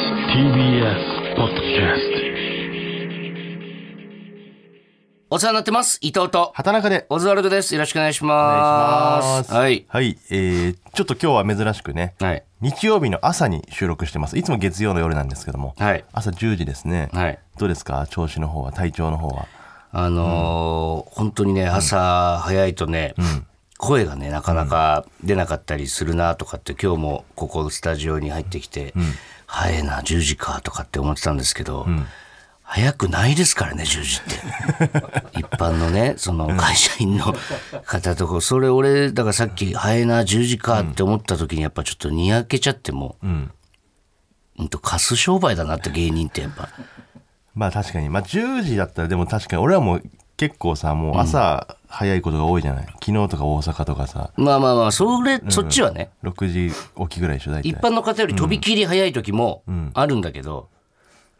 TBS ポッドキャスお世話になってます。伊藤と、畑中で。オズワルドです。よろしくお願いします。はい。はい。えー、ちょっと今日は珍しくね、はい。日曜日の朝に収録してます。いつも月曜の夜なんですけども、はい。朝10時ですね。はい。どうですか調子の方は、体調の方は。あのー本当にね、朝早いとね、声がね、なかなか出なかったりするなとかって、今日もここスタジオに入ってきて、早いな、10時かとかって思ってたんですけど、早くないですからね、10時って。一般のね、その会社員の方とか、それ俺、だからさっき、早いな、10時かって思った時に、やっぱちょっとにやけちゃっても、うんと、貸す商売だなって芸人ってやっぱ。まあ確かに、まあ10時だったら、でも確かに俺はもう結構さ、もう朝早いことが多いじゃない。昨日とか大阪とかさ、まあまあまあ、それ、そっちはね、 6時起きぐらいでしょ、大体一。般の方より飛び切り早い時もあるんだけど、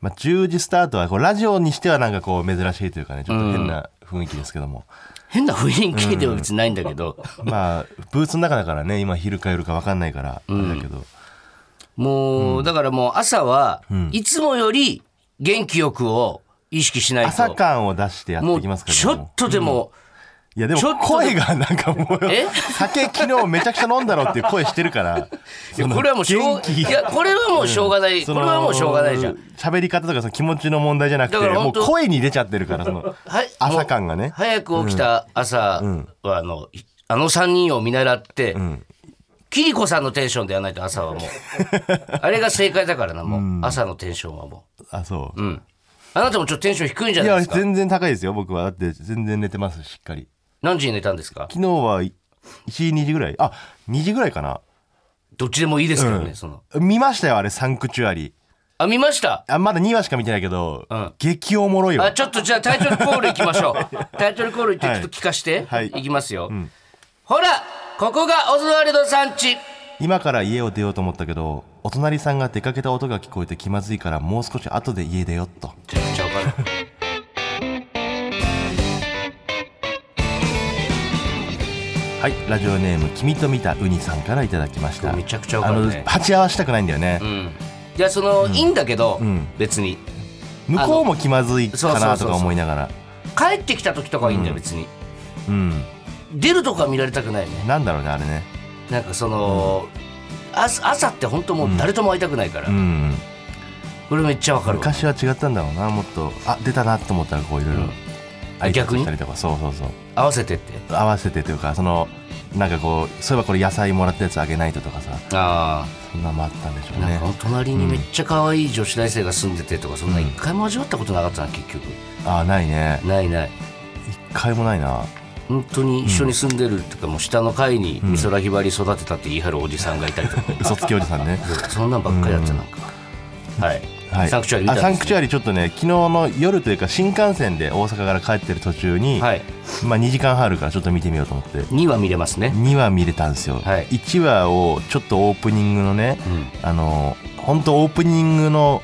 まあ10時スタートは、こうラジオにしてはなんかこう珍しいというかね、ちょっと変な雰囲気ですけども。変な雰囲気では別にないんだけど、まあ、ブーツの中だからね、今昼か夜か分かんないから、あれだけど。もう、だからもう朝はいつもより元気よくを意識しないと朝感を出してやっもてうきますからちょっとでも、いやでもちょっと声がなんかもうえ酒昨日めちゃくちゃ飲んだろっていう声してるか らいやこれはもうしょ元う気いやこれはもうしょうがない、そこのれはもうしょうがないじゃん喋り方とかその気持ちの問題じゃなくてだからも本う当声に出ちゃってるからそのはい朝感が ね早く起きた朝はあの、あの3人を見習って、キリコさんのテンションでやらないと朝 はもうあれが正解だからなもう、朝のテンションはもうあそう、あなたもちょっとテンション低いんじゃいないやですか全然高いですよ僕はだって全然寝てますしっかり何時に寝たんですか昨日は1時2時ぐらいあ2時ぐらいかなどっちでもいいですけどね、その見ましたよあれサンクチュアリあ見ましたあまだ2話しか見てないけど、ん激おもろいよあちょっとじゃあタイトルコールいきましょ うタイトルコールいってちょはっいと聞かして、、はいいきますよ、ほらここがオズワルドさん家今から家を出ようと思ったけどお隣さんが出かけた音が聞こえて気まずいからもう少し後で家出よっとちょちょわかんないはいラジオネーム君と見たウニさんからいただきましためちゃくちゃわかるねあの鉢合わしたくないんだよね、いやその、いいんだけど、ん別に向こうも気まずいそうかそうなそとうそうか思いながら帰ってきた時とかはいいんだよ別に、うん出るとこは見られたくないよねなんだろうねあれねなんかその、朝朝って本当もう誰とも会いたくないから、うんこれめっちゃわかるわ昔は違ったんだろうなもっとあ出たなと思ったらこういろいろうん挨拶逆にしたりとかそうそうそう合わせてって合わせてというかそのなんかこうそういえばこれ野菜もらったやつあげないととかさああそんなのもあったんでしょうなんねか隣にめっちゃ可愛い女子大生が住んでてとかそんな一回も味わったことなかったな結局あないねないない一回もないな本当に一緒に住んでるっていうかもう下の階に美空ひばり育てたって言い張るおじさんがいたりとか 嘘つきおじさんねそんなんばっかりだったなんかはい、はい、サンクチュアリ見たあサんンでクすチねュアリちょっとね昨日の夜というか新幹線で大阪から帰ってる途中に、はいまあ、2時間半あるからちょっと見てみようと思って2は見れますね2話見れたんですよ、はい1話をちょっとオープニングのねあの本当オープニングの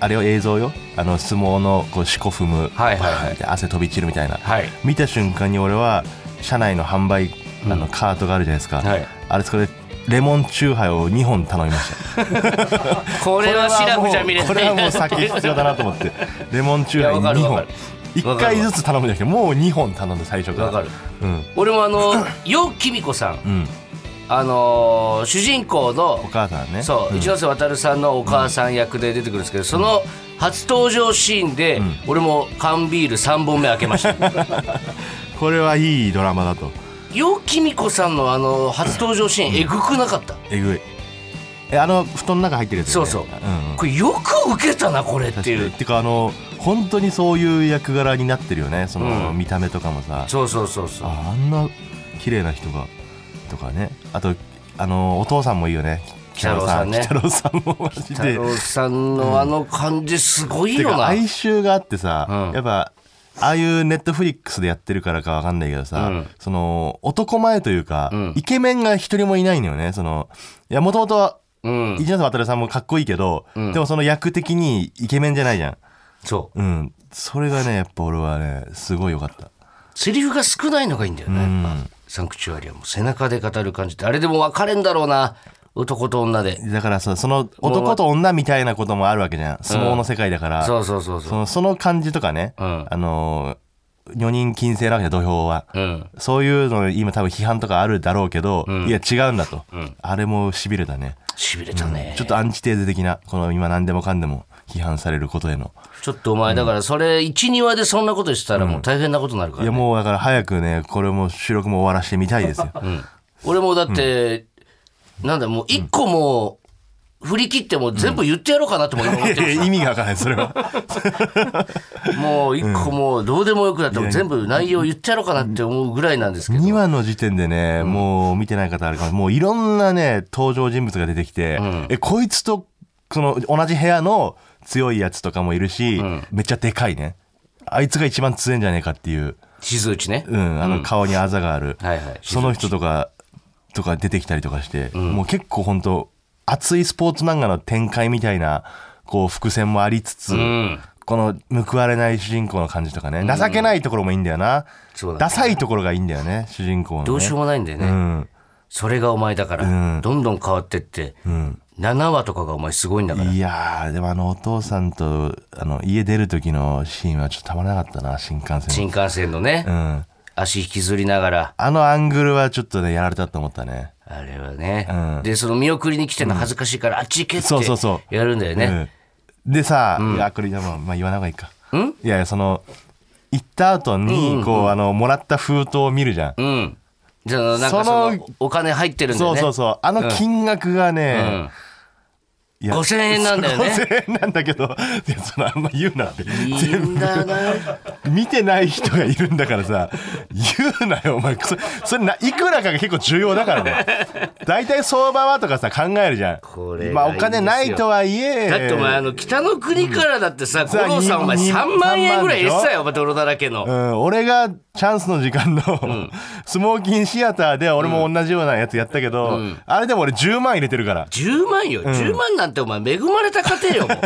あれを映像よあの相撲のこう四股踏む、はいはいはいバーンって汗飛び散るみたいな、はい見た瞬間に俺は車内の販売あうんのカートがあるじゃないですか、はいあれそこでレモンチューハイを2本頼みましたこれはシラフじゃ見れないこれはもう酒必要だなと思 ってレモンチューハいイやわかる2わ本かる1回ずつ頼むんじゃなくてもう2本頼んで最初からわかるうん俺もあの楊貴美子さんうんあのー主人公のお母さんねそう、ん一ノ瀬渉さんのお母さん役で出てくるんですけど、その初登場シーンで、俺も缶ビール3本目開けま したこれはいいドラマだとよきみこさんのあの初登場シーン、えぐくなかったえぐいえあの布団の中入ってるやつねそうそう、んうんこれよく受けたなこれって確いかにうてかあの本当にそういう役柄になってるよねその、うん見た目とかもさそうそうそうそうああんな綺麗な人がとかねあとあのお父さんもいいよね鬼太郎さんね鬼太郎さんもマジ太で郎さんのあの感じすごいてよかな、哀愁があってさ、うんやっぱああいうネットフリックスでやってるからかわかんないけどさ、うんその男前というか、んイケメンが一人もいないのよねそのいやもともとうん一ノ瀬渡さんもかっこいいけど、んでもその役的にイケメンじゃないじゃんそううんそれがねやっぱ俺はねすごい良かったセリフが少ないのがいいんだよね、やっぱサンクチュアリはもう背中で語る感じってあれでも分かれんだろうな男と女で。だからそうその男と女みたいなこともあるわけじゃん相撲の世界だから、そうそうそうそそう。のその感じとかね、うんあのー、4人禁制なわけだ土俵は、うん。そういうの今多分批判とかあるだろうけど、いや違うんだと、あれもしびれたねしびれたね。ちょっとアンチテーゼ的なこの今何でもかんでも批判されることへのちょっとお前、だからそれ、一、二話でそんなことしたらもう大変なことになるかいらやね。もうだから早くねこれも収録も終わらしてみたいですよ、俺もだって、なんだ、もう一個もう、振り切ってもう全部言ってやろうかなとも思っていやいや意味がわからないそれ はもう一個もうどうでもよくなっても全部内容言ってやろうかなって思うぐらいなんですけど。 2話の時点でね、もう見てない方あるからもういろんなね登場人物が出てきて、えこいつとその同じ部屋の強いやつとかもいるし、めっちゃでかいねあいつが一番強いんじゃねえかっていう、静内ね。うん、あの顔にあざがあ る、はいはい。その人とか、とか出てきたりとかして、もう結構本当熱いスポーツ漫画の展開みたいな、こう、伏線もありつつ、んこの報われない主人公の感じとかね、情けないところもいいんだよな。そうだねダサいところがいいんだよね、主人公の、ね。どうしようもないんだよね。うん。それがお前だから、どんどん変わってって、7話とかがお前すごいんだから。いやー、でもあの、お父さんと、あの、家出る時のシーンはちょっとたまらなかったな、新幹線新の。幹線のね、うん。足引きずりながら、あのアングルはちょっとね、やられたと思ったね。あれはね、うんで、その見送りに来てるの恥ずかしいから、あっち行けそうそうっそてやるんだよね。うん、でさ、いやこれでもまあ言わない方がいいかいやいやその行った後にこう、あのもらった封筒を見るじゃん、うん。じゃあ、なんかそのそのお金入ってるんだそようね。そうそうあの金額がね、いや5000円なんだよね5000円なんだけどいやそのあんま言うなっていいんだ な。見てない人がいるんだからさ言うなよお前それそれないくらかが結構重要だからね大体相場はとかさ考えるじゃんこれがいいんですよまあお金ないとはいえだってお前、あの、北の国からだってさ、ん五郎さんお前さ3万円ぐらい入れてた三万でしよ、お前泥だらけの。うん、俺がチャンスの時間の、スモーキンシアターで俺も同じようなやつやったけど、あれでも俺10万入れてるから。 10万よ、10万なんてお前恵まれた家庭よも うい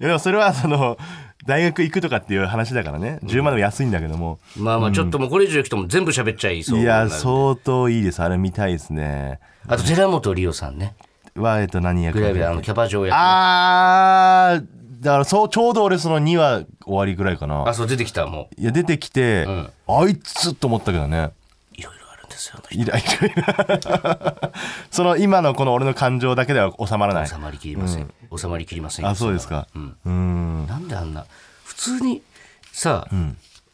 やでもそれはその、大学行くとかっていう話だからね。10万でも安いんだけども。まあまあちょっともうこれ以上来ても全部喋っちゃいそういなや、相当いいです。あれ見たいですね。あと寺本理央さんねは、えっと、何役グラビアのキャバ嬢役ああー、だからそう、ちょうど俺その2話終わりぐらいかな。そう出てきたもいや、出てきて、あいつと思ったけどね。ういろいろあるんですよあの人イライライラ その今のこの俺の感情だけでは収まらない収。まりきりません、収まりきりませんよあ、そうですか。うん。なんであんな普通にさ、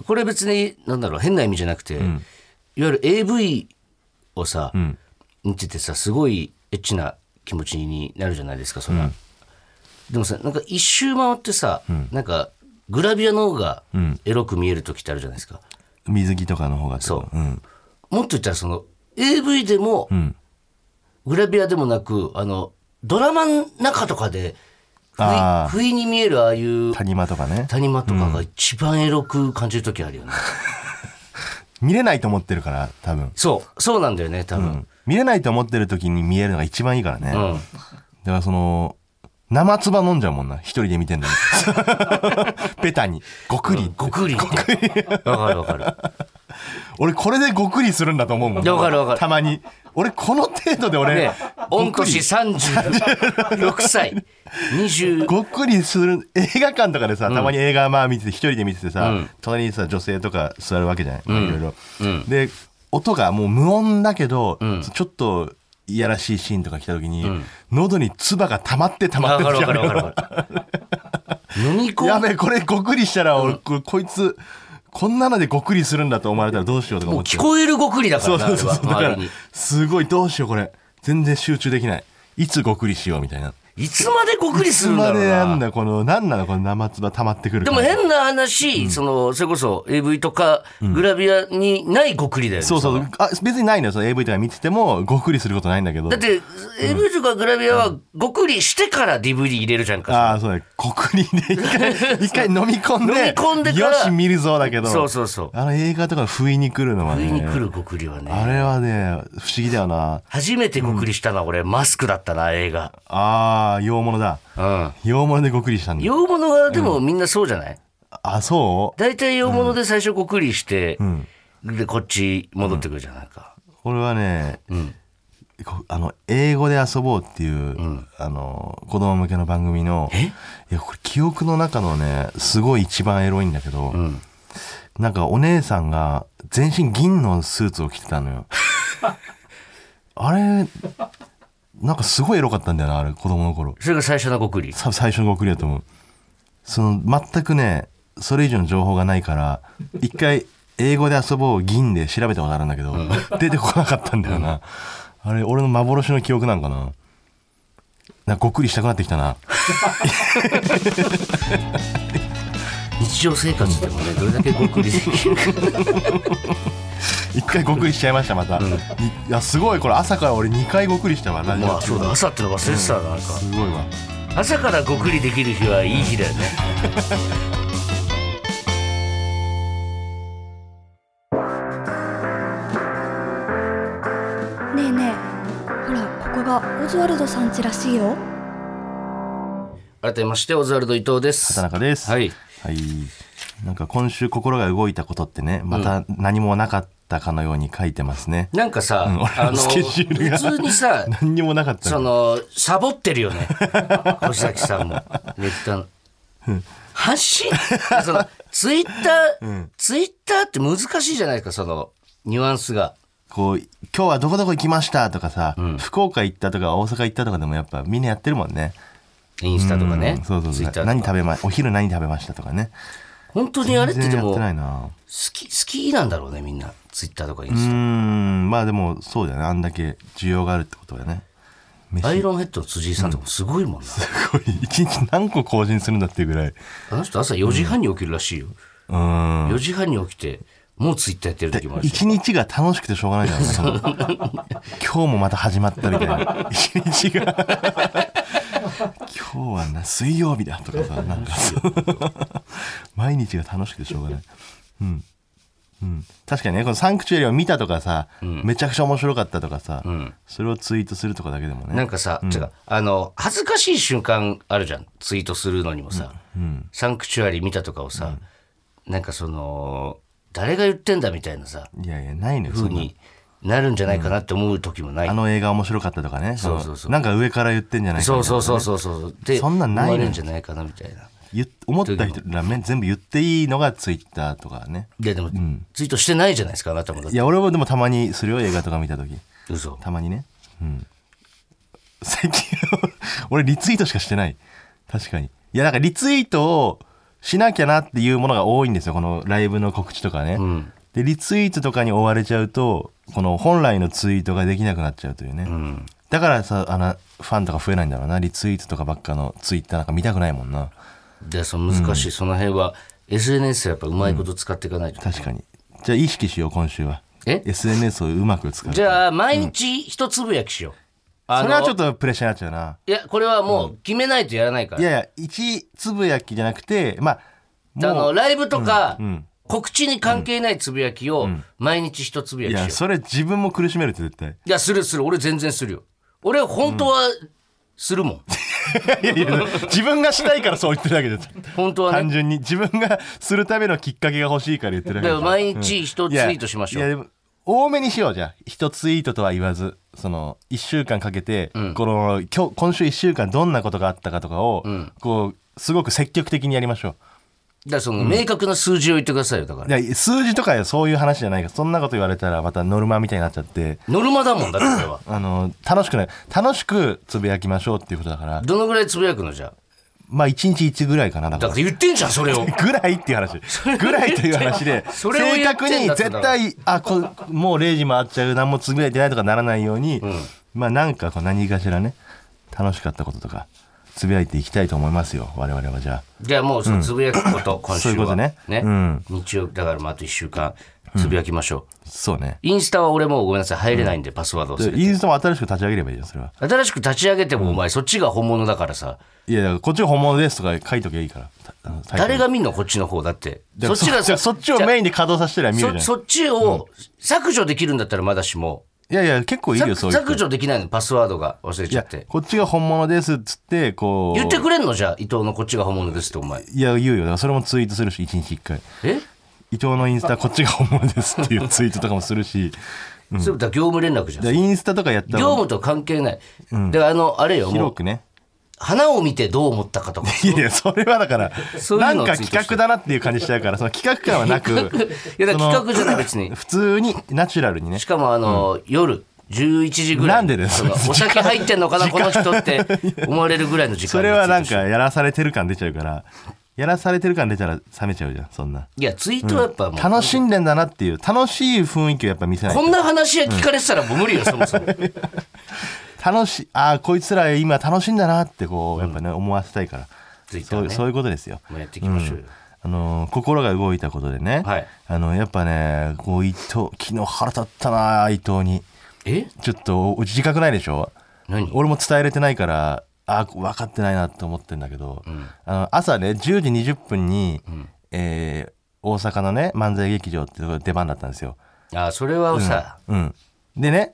これ別になんだろう変な意味じゃなくて、いわゆる AV をさ、見ててさすごいエッチな気持ちになるじゃないですかそんな、でもさなんか一周回ってさ、なんかグラビアの方がエロく見える時ってあるじゃないですか、水着とかの方がってことそううん。もっと言ったらその AV でも、グラビアでもなくあのドラマの中とかで不意あー不意に見えるああいう谷間とかね。谷間とかが一番エロく感じる時あるよね、見れないと思ってるから、多分。そうそうなんだよね多分、うん見れないと思ってる時に見えるのが一番いいからね。だからその、生唾飲んじゃうもんな。一人で見て んのに。ベタに。ごくり。ごくりってわかるわか る俺これでごくりするんだと思うもん。わかるわかるたまに。俺この程度で俺ね、ご御くり年36歳20ごっくりする映画館とかでさたまに映画まあ見てて一人で見ててさ、隣にさ女性とか座るわけじゃない、いろいろ、で音がもう無音だけど、ちょっといやらしいシーンとか来た時に、喉に唾が溜まって溜まわってかるわきかるわかるたわかる飲み込やむべえこれごっくりしたら俺、ここいつこんなのでごっくりするんだと思われたらどうしようとかもう思って聞こえるごくりだかそらうなそうそうだあかれはら周りにすごいどうしようこれ全然集中できないいつごっくりしようみたいないつまでごくりすつるんまだろうでやんなだこの何なのこの生唾溜まってくるで感もじ変な話、そのそれこそ AV とかグラビアにないごくりだよねそうそのう。あ、別にないのよ。その AV とか見てても、ごっくりすることないんだけど。だって、AV とかグラビアはごくりしてから DVD 入れるじゃんか。ああ、そうだよ。ごっくりで、一回、 一回飲み込んで、飲み込んでからよし、見るぞだけど。そうそうそうあの映画とか不意に来るのはね。上に来るごくりはあね。れはね、不思議だよな。初めてごくりしたのは俺、マスクだったな、映画。ああ、洋物だ。うん。洋物でごっくりしたんだ。洋物はでもみんなそうじゃないあ、そう大体洋物で最初ごくりして、で、こっち戻ってくるじゃんないか。俺はね、こあの英語で遊ぼうっていう、あの子供向けの番組のいやこれ記憶の中のねすごい一番エロいんだけど、なんかお姉さんが全身銀のスーツを着てたの よあれなんかすごいエロかったんだよなあれ子供の頃それが最初のごくり。さ最初の送りだと思うその全くねそれ以上の情報がないから一回英語で遊ぼう銀で調べたことあるんだけど、出てこなかったんだよな、あれ俺の幻の記憶なんかななんかごっくりしたくなってきたな日常生活でも ね、どれだけごくりできるか。一回ごっくりしちゃいましたまた、いやすごいこれ朝から俺2回ごっくりしたわラジオまあそうだ、朝っての忘れてたな、なんか。すごいわ朝からごくりできる日はいい日だよね。ねえねえほらここがオズワルドさん家らしいよ改めまして、オズワルド伊藤です。田中ですはい。はいなんか今週心が動いたことってねまた何もなかったかのように書いてますね、なんかさ、ん俺のあの、スケジュールが普通にさ、何にもなかったその、サボってるよ ね。星崎さんも。ネットの。発 信その、ツイッター、ツイッターって難しいじゃないですか、その、ニュアンスが。こう今日はどこどこ行きましたとかさ、福岡行ったとか大阪行ったとかでもやっぱみんなやってるもんねインスタとかね。そうそうツイッそタうー何とか。食べまお昼何食べましたとかね本当にあれって全で然やっも、好てないなき、好きなんだろうね、みんな。ツイッターとかインうースんまあでもそうだよねあんだけ需要があるってことだよねタ。アイ 飯すロンヘッドの辻井さんとかもすごいもんな。ごい一日何個更新するんだっていうぐらいうあの人朝4時半に起きるらしいよ。ーん4時半に起きて、もうツイッターやってる時もあるし。一日が楽しくてしょうがないじゃんね 今日もまた始まったみたいな一日が今日はな水曜日だとか さなんかそう毎日が楽しくてしょうがないうんうん、確かにねこの「サンクチュエリ」を見たとかさ、めちゃくちゃ面白かったとかさ、それをツイートするとかだけでもねなんかさ、てか、あの、恥ずかしい瞬間あるじゃん。ツイートするのにもさ、サンクチュアリ見たとかをさ、なんかその、誰が言ってんだみたいなさ、いやいやないのよそ風んなになるんじゃないかなって思う時もない。あの映画面白かったとかねそうそうそうのなんか上から言ってんじゃないかそなうそうそうそうそう。で、そんなんないの思わよれるんじゃないかなみたいな。言っ思った人らね全部言っていいのがツイッターとかねいや、でも、ツイートしてないじゃないですか、あなたもだっいて。や俺もでもたまにするよ映画とか見た時嘘。たまにねうん最近 俺リツイートしかしてない確かにいやなんかリツイートをしなきゃなっていうものが多いんですよこのライブの告知とかね、んでリツイートとかに追われちゃうとこの本来のツイートができなくなっちゃうというね、うん。だからさあのファンとか増えないんだろうなリツイートとかばっかのツイッターなんか見たくないもんなで、その難しい、その辺は、SNS はやっぱうまいこと使っていかないと。確かにじゃあ意識しよう今週はえ SNS をうまく使うじゃあ、毎日一つぶやきしよう。あのそれはちょっとプレッシャーになっちゃうないや、これはもう決めないとやらないから。いやいや一つぶやきじゃなくてまああもの、うライブとか、ん告知に関係ないつぶやきを、毎日一つぶやいきしよう。やいや、それ自分も苦しめるって絶対するする。俺全然するよ。俺、本当は、するもん。いやいや自分がしたいからそう言ってるだけじゃん本当は単ね。純に自分がするためのきっかけが欲しいから言ってるだけだじかゃらん毎日一ツイートしましょう。いやいやでも多めにしようじゃあ一ツイートとは言わずその1週間かけて、この今日今週1週間どんなことがあったかとかを、こうすごく積極的にやりましょだからその、明確な数字を言ってくださいよ。だかういら。や数字とかそういう話じゃないからそんなこと言われたらまたノルマみたいになっちゃってノルマだもんだって、これは。あの楽しくない楽しくつぶやきましょうっていうことだからどのぐらいつぶやくのじゃあまあ1日1ぐらいかなだだからから言ってんじゃん、それを。ぐらいっていう話ぐらいという話で それを正言っ確てんにだった絶ら対あこもう0時回っちゃう何もつぶやいてないとかならないように、まあなんかこう何かしらね楽しかったこととかつぶやいていきたいと思いますよ我々はじゃあじゃあもうそのつぶやくこと、今週は。そういうことねうん日曜、だからまああと一週間、つぶやきましょう。そうねインスタは俺もうごめんなさい、入れないんで、パスワードをすでる。インスタも新しく立ち上げればいいじゃんそれは新しく立ち上げてもお前、そっちが本物だからさ、いやだからこっちが本物ですとか書いときゃいいからたあのタイトル誰が見んのこっちの方だって。でそっちがそそっちをメインで稼働させてりゃ見るじゃんそそっちを削除できるんだったらまだしも、いやいや結構いいよ削そういう人削除できないの、パスワードが忘れいちゃやって。こっちが本物ですっつってこう言ってくれんのじゃあ、伊藤のこっちが本物ですってお前。いや言うよだからそれもツイートするし1日1回え伊藤のインスタこっちが本物ですっていうツイートとかもす るし、うん、それだ業務連絡じゃんだからインスタとかやった業ら務と関係ない、だからあのあれよも広うくね花を見てどう思ったか とかいやいやそれはだからそういなうのんをかツイートして企画だなっていう感じしちゃうからその企画感はなくいやだからそ企の画じゃない別 に普通にナチュラルにねしかもあの、夜11時ぐらいなんでです そのお酒入ってんのかなこの人って思われるぐらいの時間それはなんにツイートしてかやらされてる感出ちゃうからやらされてる感出ちゃら冷めちゃうじゃんそんないやツイートはやっぱもう、楽しんでんだなっていう楽しい雰囲気をやっぱ見せないこんな話聞かれてたらもう無理よそもそも楽しいああこいつら今楽しいんだなってこうやっぱね思わせたいからツイッタそーうねそういうことですよもうやっていきましょうよ、あのー心が動いたことでね、はいあのやっぱねこう伊藤昨日腹立ったな伊藤にえちょっとお自覚ないでしょ何俺も伝えれてないからあ分かってないなと思ってんだけど、あの朝ね10時20分に、えー大阪のね漫才劇場ってところで出番だったんですよ。あそれはさ、うん、でね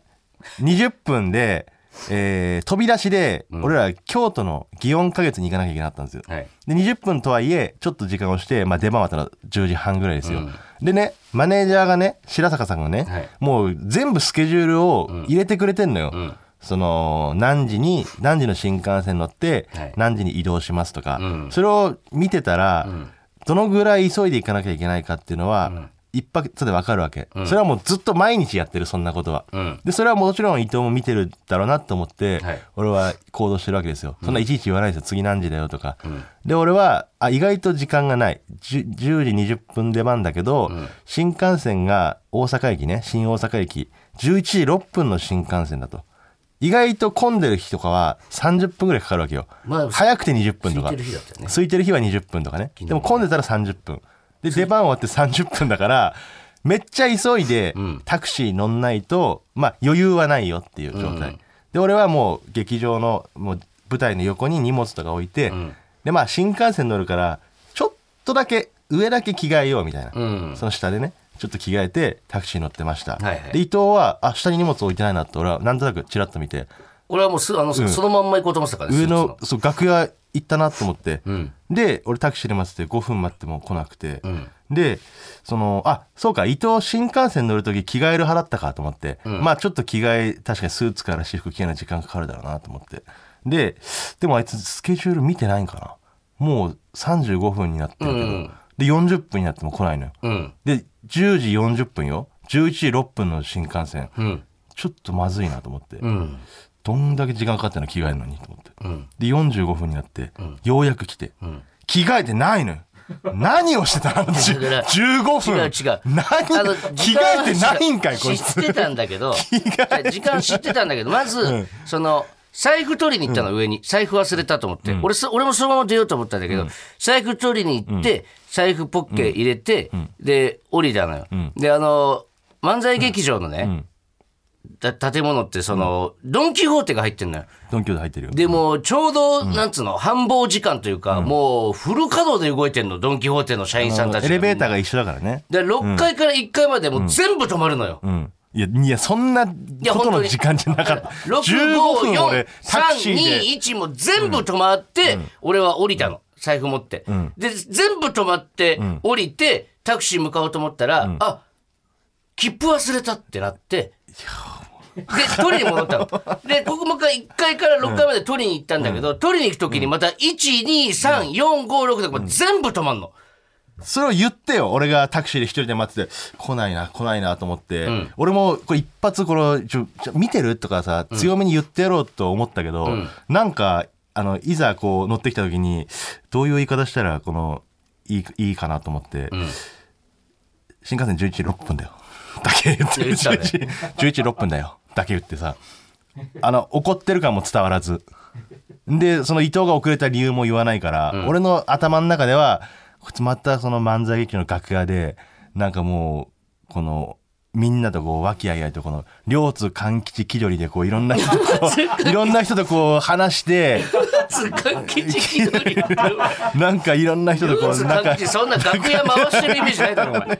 20分で、えー飛び出しで俺ら京都の祇園花月に行かなきゃいけなかったんですよ。はいで20分とはいえちょっと時間をして、まあ、出番はたら10時半ぐらいですよ、でねマネージャーがね白坂さんがね、はいもう全部スケジュールを入れてくれてんのよ、んその何時に何時の新幹線乗って、はい何時に移動しますとか、うんそれを見てたら、どのぐらい急いで行かなきゃいけないかっていうのは、一発で分かるわけ、それはもうずっと毎日やってるそんなことは、うんでそれはもちろん伊藤も見てるだろうなと思って、はい俺は行動してるわけですよそんないちいち言わないですよ次何時だよとか、で俺はあ意外と時間がないじゅ 10, 時20分出番だけど、新幹線が大阪駅ね新大阪駅11時6分の新幹線だと意外と混んでる日とかは30分ぐらいかかるわけよ、まあ早くて20分とか空いてる日だったよね空いてる日は20分とかねでも混んでたら30分で出番終わって30分だからめっちゃ急いでタクシー乗んないと、まあ、余裕はないよっていう状態、で俺はもう劇場のもう舞台の横に荷物とか置いて、でまあ新幹線乗るからちょっとだけ上だけ着替えようみたいな、うんその下でねちょっと着替えてタクシー乗ってました、はいはいで伊藤はあ下に荷物置いてないなって俺はなんとなくチラッと見て俺はもうすあの、そのまんま行こうと思ってたからね上スーのツそう楽屋行ったなと思って、んで俺タクシーで待ってて5分待っても来なくて、でそのあそうか伊藤新幹線乗る時着替える払ったかと思って、まあちょっと着替え確かにスーツから私服着替えるのに時間かかるだろうなと思ってででもあいつスケジュール見てないんかなもう35分になってるけど、で40分になっても来ないのよ、うんで10時40分よ11時6分の新幹線、んちょっとまずいなと思って、うんどんだけ時間かかってんの着替えるのにと思って、で45分になって、ようやく来て、着替えてな いのよ何をしてたのじゅだから15分 違う違う何あの 着替えてないんかい時間こはい知知つってたんだけ ど時間知ってたんだけどまず、んその財布取りに行ったの上に、財布忘れたと思って、俺す俺もそのまま出ようと思ったんだけど、財布取りに行って、財布ポッケ入れて、で降りたのよ、であの漫才劇場のね、た建物ってその、ドン・キホーテが入ってんのよドンキョーテ入ってるよでもうちょうど、なんつうの繁忙時間というか、もうフル稼働で動いてんのドン・キホーテの社員さんたちエレベータがーが一緒だからねで6階から1階までもう全部止まるのよ、うんいやいやそんなこや本と当のに時間じゃなかった15分俺タクシーで65432も全部止まって、俺は降りたの財布持って、で全部止まって、降りてタクシー向かおうと思ったら、あ切符忘れたってなってで取りに戻ったのでここもう一回1階から6階まで取りに行ったんだけど、取りに行く時にまた123456とかも全部止まん の、それを言ってよ俺がタクシーで一人で待ってて来ないな来ないなと思って、俺もこれ一発このちょちょ見てるとかさ強めに言ってやろうと思ったけど、なんかあのいざこう乗ってきた時にどういう言い方したらこのいいいいかなと思って、新幹線11時6分だよだけ言って言ってたね11時11時6分だよだけ言ってさあの怒ってる感も伝わらず。でその伊藤が遅れた理由も言わないから、俺の頭の中ではこいつまたその漫才劇の楽屋でなんかもうこのみんなとこう和気あいあいとこの両津勘吉気取りでこういろんな人とこ ういろんな人とこう話してつかんきちきどりなんかいろんな人とこうなんかそんな楽屋回してるイメージないだろお前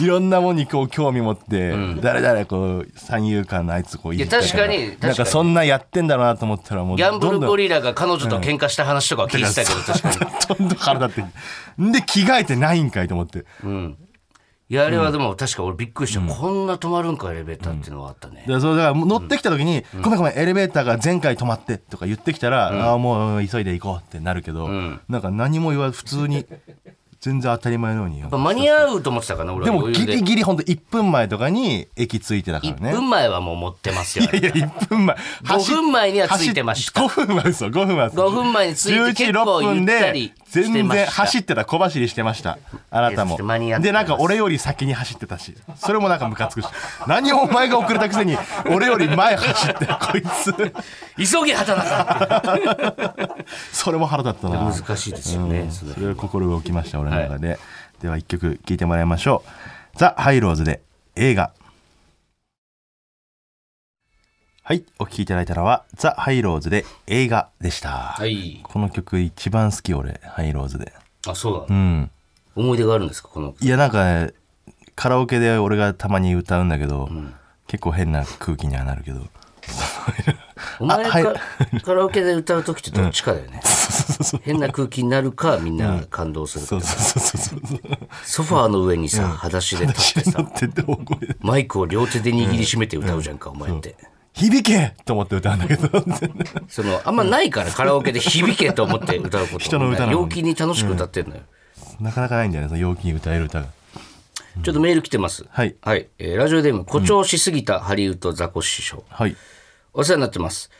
いろんなもんにこう興味持って、誰々こう三遊間のあいつこういじってたらいや確かに確かになんかそんなやってんだろうなと思ったらもうギャンブルどんどんゴリラが彼女と喧嘩した話とかは聞いてたけど、確かに。どんどん腹立ってんで着替えてないんかいと思って、いやあれはでも確か俺びっくりした、こんな止まるんかエレベーターっていうのがあったね、でそれだから乗ってきた時に「ごめんごめんエレベーターが前回止まって」とか言ってきたら「ああもう急いで行こう」ってなるけど、なんか何も言わず普通に全然当たり前のように やっぱ間に合うと思ってたかな俺ではも余裕ギでリギリほんと1分前とかに駅着いてたからね1分前はもう持ってますよいや1分前5分前には着いてました5分前嘘5分前5分前に着いて11時結構6ゆ分ったでりしてました全然走ってた小走りしてましたあないたやちょっもと間に合ってますでなんか俺より先に走ってたしそれもなんかムカつくし何をお前が遅れたくせに俺より前走ってるこいつ急げ畑中それも腹立ったな難しいですよね、それそれは心が起きました俺の中で、では一曲聴いてもらいましょう「ザ・ハイローズ」で映画はいお聴きいただいたのは「ザ・ハイローズ」で映画でした、はいこの曲一番好き俺ハイローズであそううだん思い出があるんですかこのいやなんかカラオケで俺がたまに歌うんだけど、結構変な空気にはなるけどお前が、あはい カラオケで歌う時ってどっちかだよね、変な空気になるかみんな感動するか、そうそうそうそうそうソファーの上にさ、裸足で立って私になさってて大声でマイクを両手で握りしめて歌うじゃんか、お前って。響けと思って歌うんだけどそのあんまないからカラオケで響けと思って歌うこと人の歌なのに陽気に楽しく歌ってんのよ、なかなかないんだよねその陽気に歌える歌がちょっとメール来てますはいはいえーラジオデーム誇張しすぎたハリウッドザコシ師匠、はいお世話になってます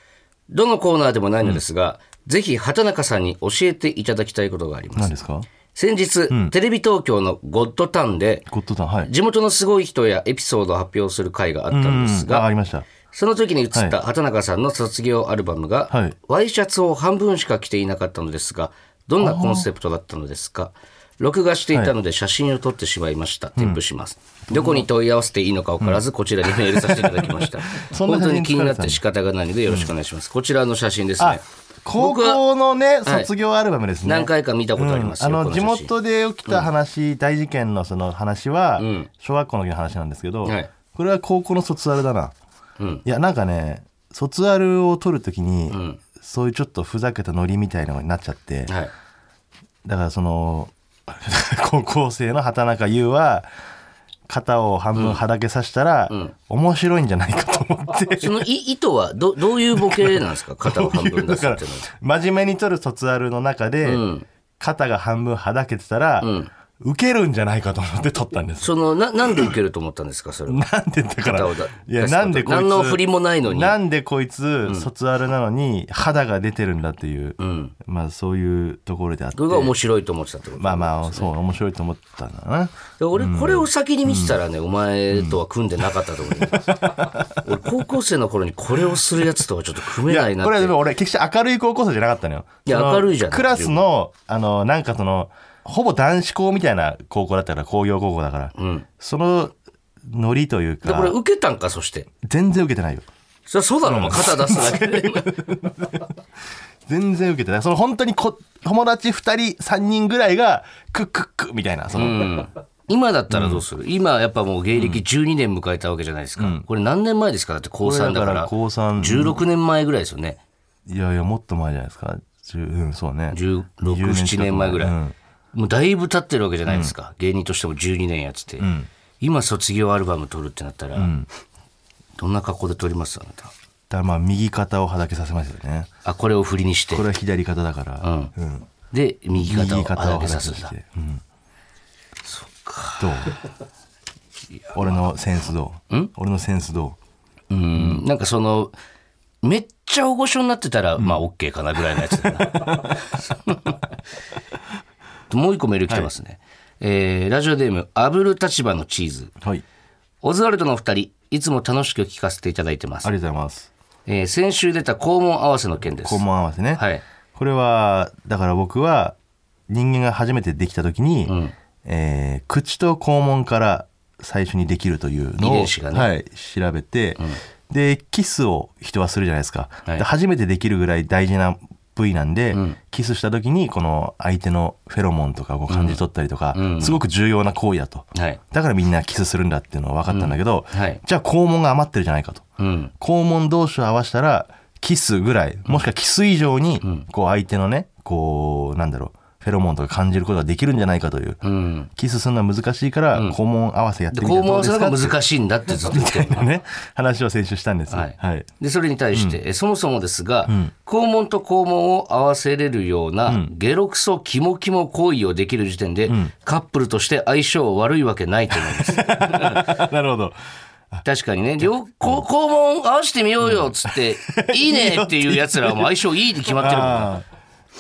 どのコーナーでもないのですが、ぜひ畑中さんに教えていただきたいことがありま何すですか先日、テレビ東京のゴッドタンでゴッドタンはい地元のすごい人やエピソードを発表する回があったんですあがありましたその時に映っはいた畑中さんの卒業アルバムが、はいワイシャツを半分しか着ていなかったのですが、どんなコンセプトだったのですか録画していたので写真を撮ってしまいました。添付します。どこに問い合わせていいのか分からず、こちらにメールさせていただきました。 そんな本写真当に気になって仕方がないのでよろしくお願いします。こちらの写真ですあね。高僕は校のねはい卒業アルバムですね何回か見たことありますよ、うんこあの写地真元で起きた話、大事件のその話は、ん小学校の時の話なんですけど、はいこれは高校の卒アルだな、うんいやなんかね卒アルを取る時に、んそういうちょっとふざけたノリみたいなのになっちゃって、はい。だからその 高校生の畑中優は肩を半分はだけさせたら、面白いんじゃないかと思って その意意図はど、どういうボケなんです か肩を半分出だすかっらていうのは。 真面目に取る卒アルの中で、ん肩が半分はだけてたら、んウケるんじゃないかと思って取ったんですその、な、なんで受けると思ったんですかそれは。なんでだから肩を出すいやなんでこいつ何の振りもないのになんでこいつ卒アルなのに肌が出てるんだっていう、んまあそういうところであってこれが面白いと思ってたってことまあまあそう面白いと思ったんだなで俺これを先に見てたらね、お前とは組んでなかったと思います、俺高校生の頃にこれをするやつとはちょっと組めないなっこてれはでも俺決して明るい高校生じゃなかったのよいやその明るいじゃないクラスのあのなんかそのほぼ男子校みたいな高校だったから工業高校だから、そのノリというでこれか受けたんかそして全然受けてないよそりゃそうだろ、お前肩出すだけ で全然受けてないその本当にこ友達2人3人ぐらいがクックックみたいなその、今だったらどうする、今やっぱもう芸歴12年迎えたわけじゃないですか、これ何年前ですかだって高3だかこれだからら高三16年前ぐらいですよねいやいやもっと前じゃないですか10うんそうね16 20 17年前ぐらい、うんもうだいぶ経ってるわけじゃないですか、芸人としても12年やってて、今卒業アルバム撮るってなったら、どんな格好で撮りますあなただからまあ右肩をはだけさせますよねあこれを振りにしてこれは左肩だから、うんで右肩を右上肩をげはさだけすさんせだて、うん、そっかどう俺のセンスどう俺のセンスどうんなんかそのめっちゃ大御所になってたら、まあ OK かなぐらいのやつだな もう一個メール来てますね、えーラジオデーム炙る立場のチーズうはいオズワルドのお二人いつも楽しく聞かせていただいてますありがとうございますえー先週出た肛門合わせの件です。肛門合わせね、はいこれはだから僕は人間が初めてできた時に、んえー口と肛門から最初にできるというの遺を、伝子がねはい、調べて、でキスを人はするじゃないですか、はいで初めてできるぐらい大事な部位なんで、キスした時にこの相手のフェロモンとかを感じ取ったりとか、すごく重要な行為だとはい。だからみんなキスするんだっていうのは分かったんだけど、うんはいじゃあ肛門が余ってるじゃないかと。うん。肛門同士を合わせたらキスぐらいもしくはキス以上にこう相手のねこうなんだろうフフェロモンとか感じることができるんじゃないかという、うん。キスするのは難しいから肛門合わせやってで、みた肛ら門合どうわせのですか方って。が難しいんだってずっと言ってるね話を先週したんです、はいはい で、それに対して、えそもそもですが、肛門と肛門を合わせれるような、ゲロクソキモキモ行為をできる時点で、カップルとして相性悪いわけないと思い ます。なるほど確かにね、両、こ肛門合わせてみようよっつって、いいねっていう奴らはもう相性いいに決まってるもんあ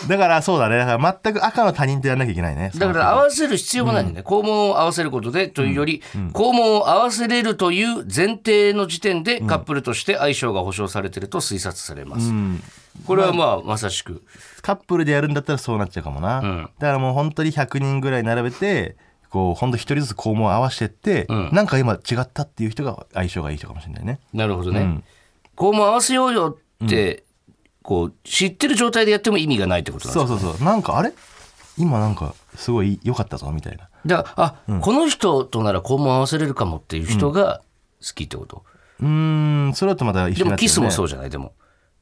ーだからそうだねだから全く赤の他人とやらなきゃいけないねだから合わせる必要もないんだよね、肛門を合わせることでというより、肛門を合わせれるという前提の時点でカップルとして相性が保証されていると推察されます、これはまあまさしくカップルでやるんだったらそうなっちゃうかもな、だからもう本当に100人ぐらい並べてこう本当一人ずつ肛門を合わせてって、なんか今違ったっていう人が相性がいい人かもしれないねなるほどね、肛門合わせようよって、こう知ってる状態でやっても意味がないってことなんですそうそうそうなんかあれ今なんかすごい良かったぞみたいなだからあ、この人となら肛門合わせれるかもっていう人が好きってこと、うーんそれだとまた一で緒になもっちゃう、ね、キスもそうじゃないでも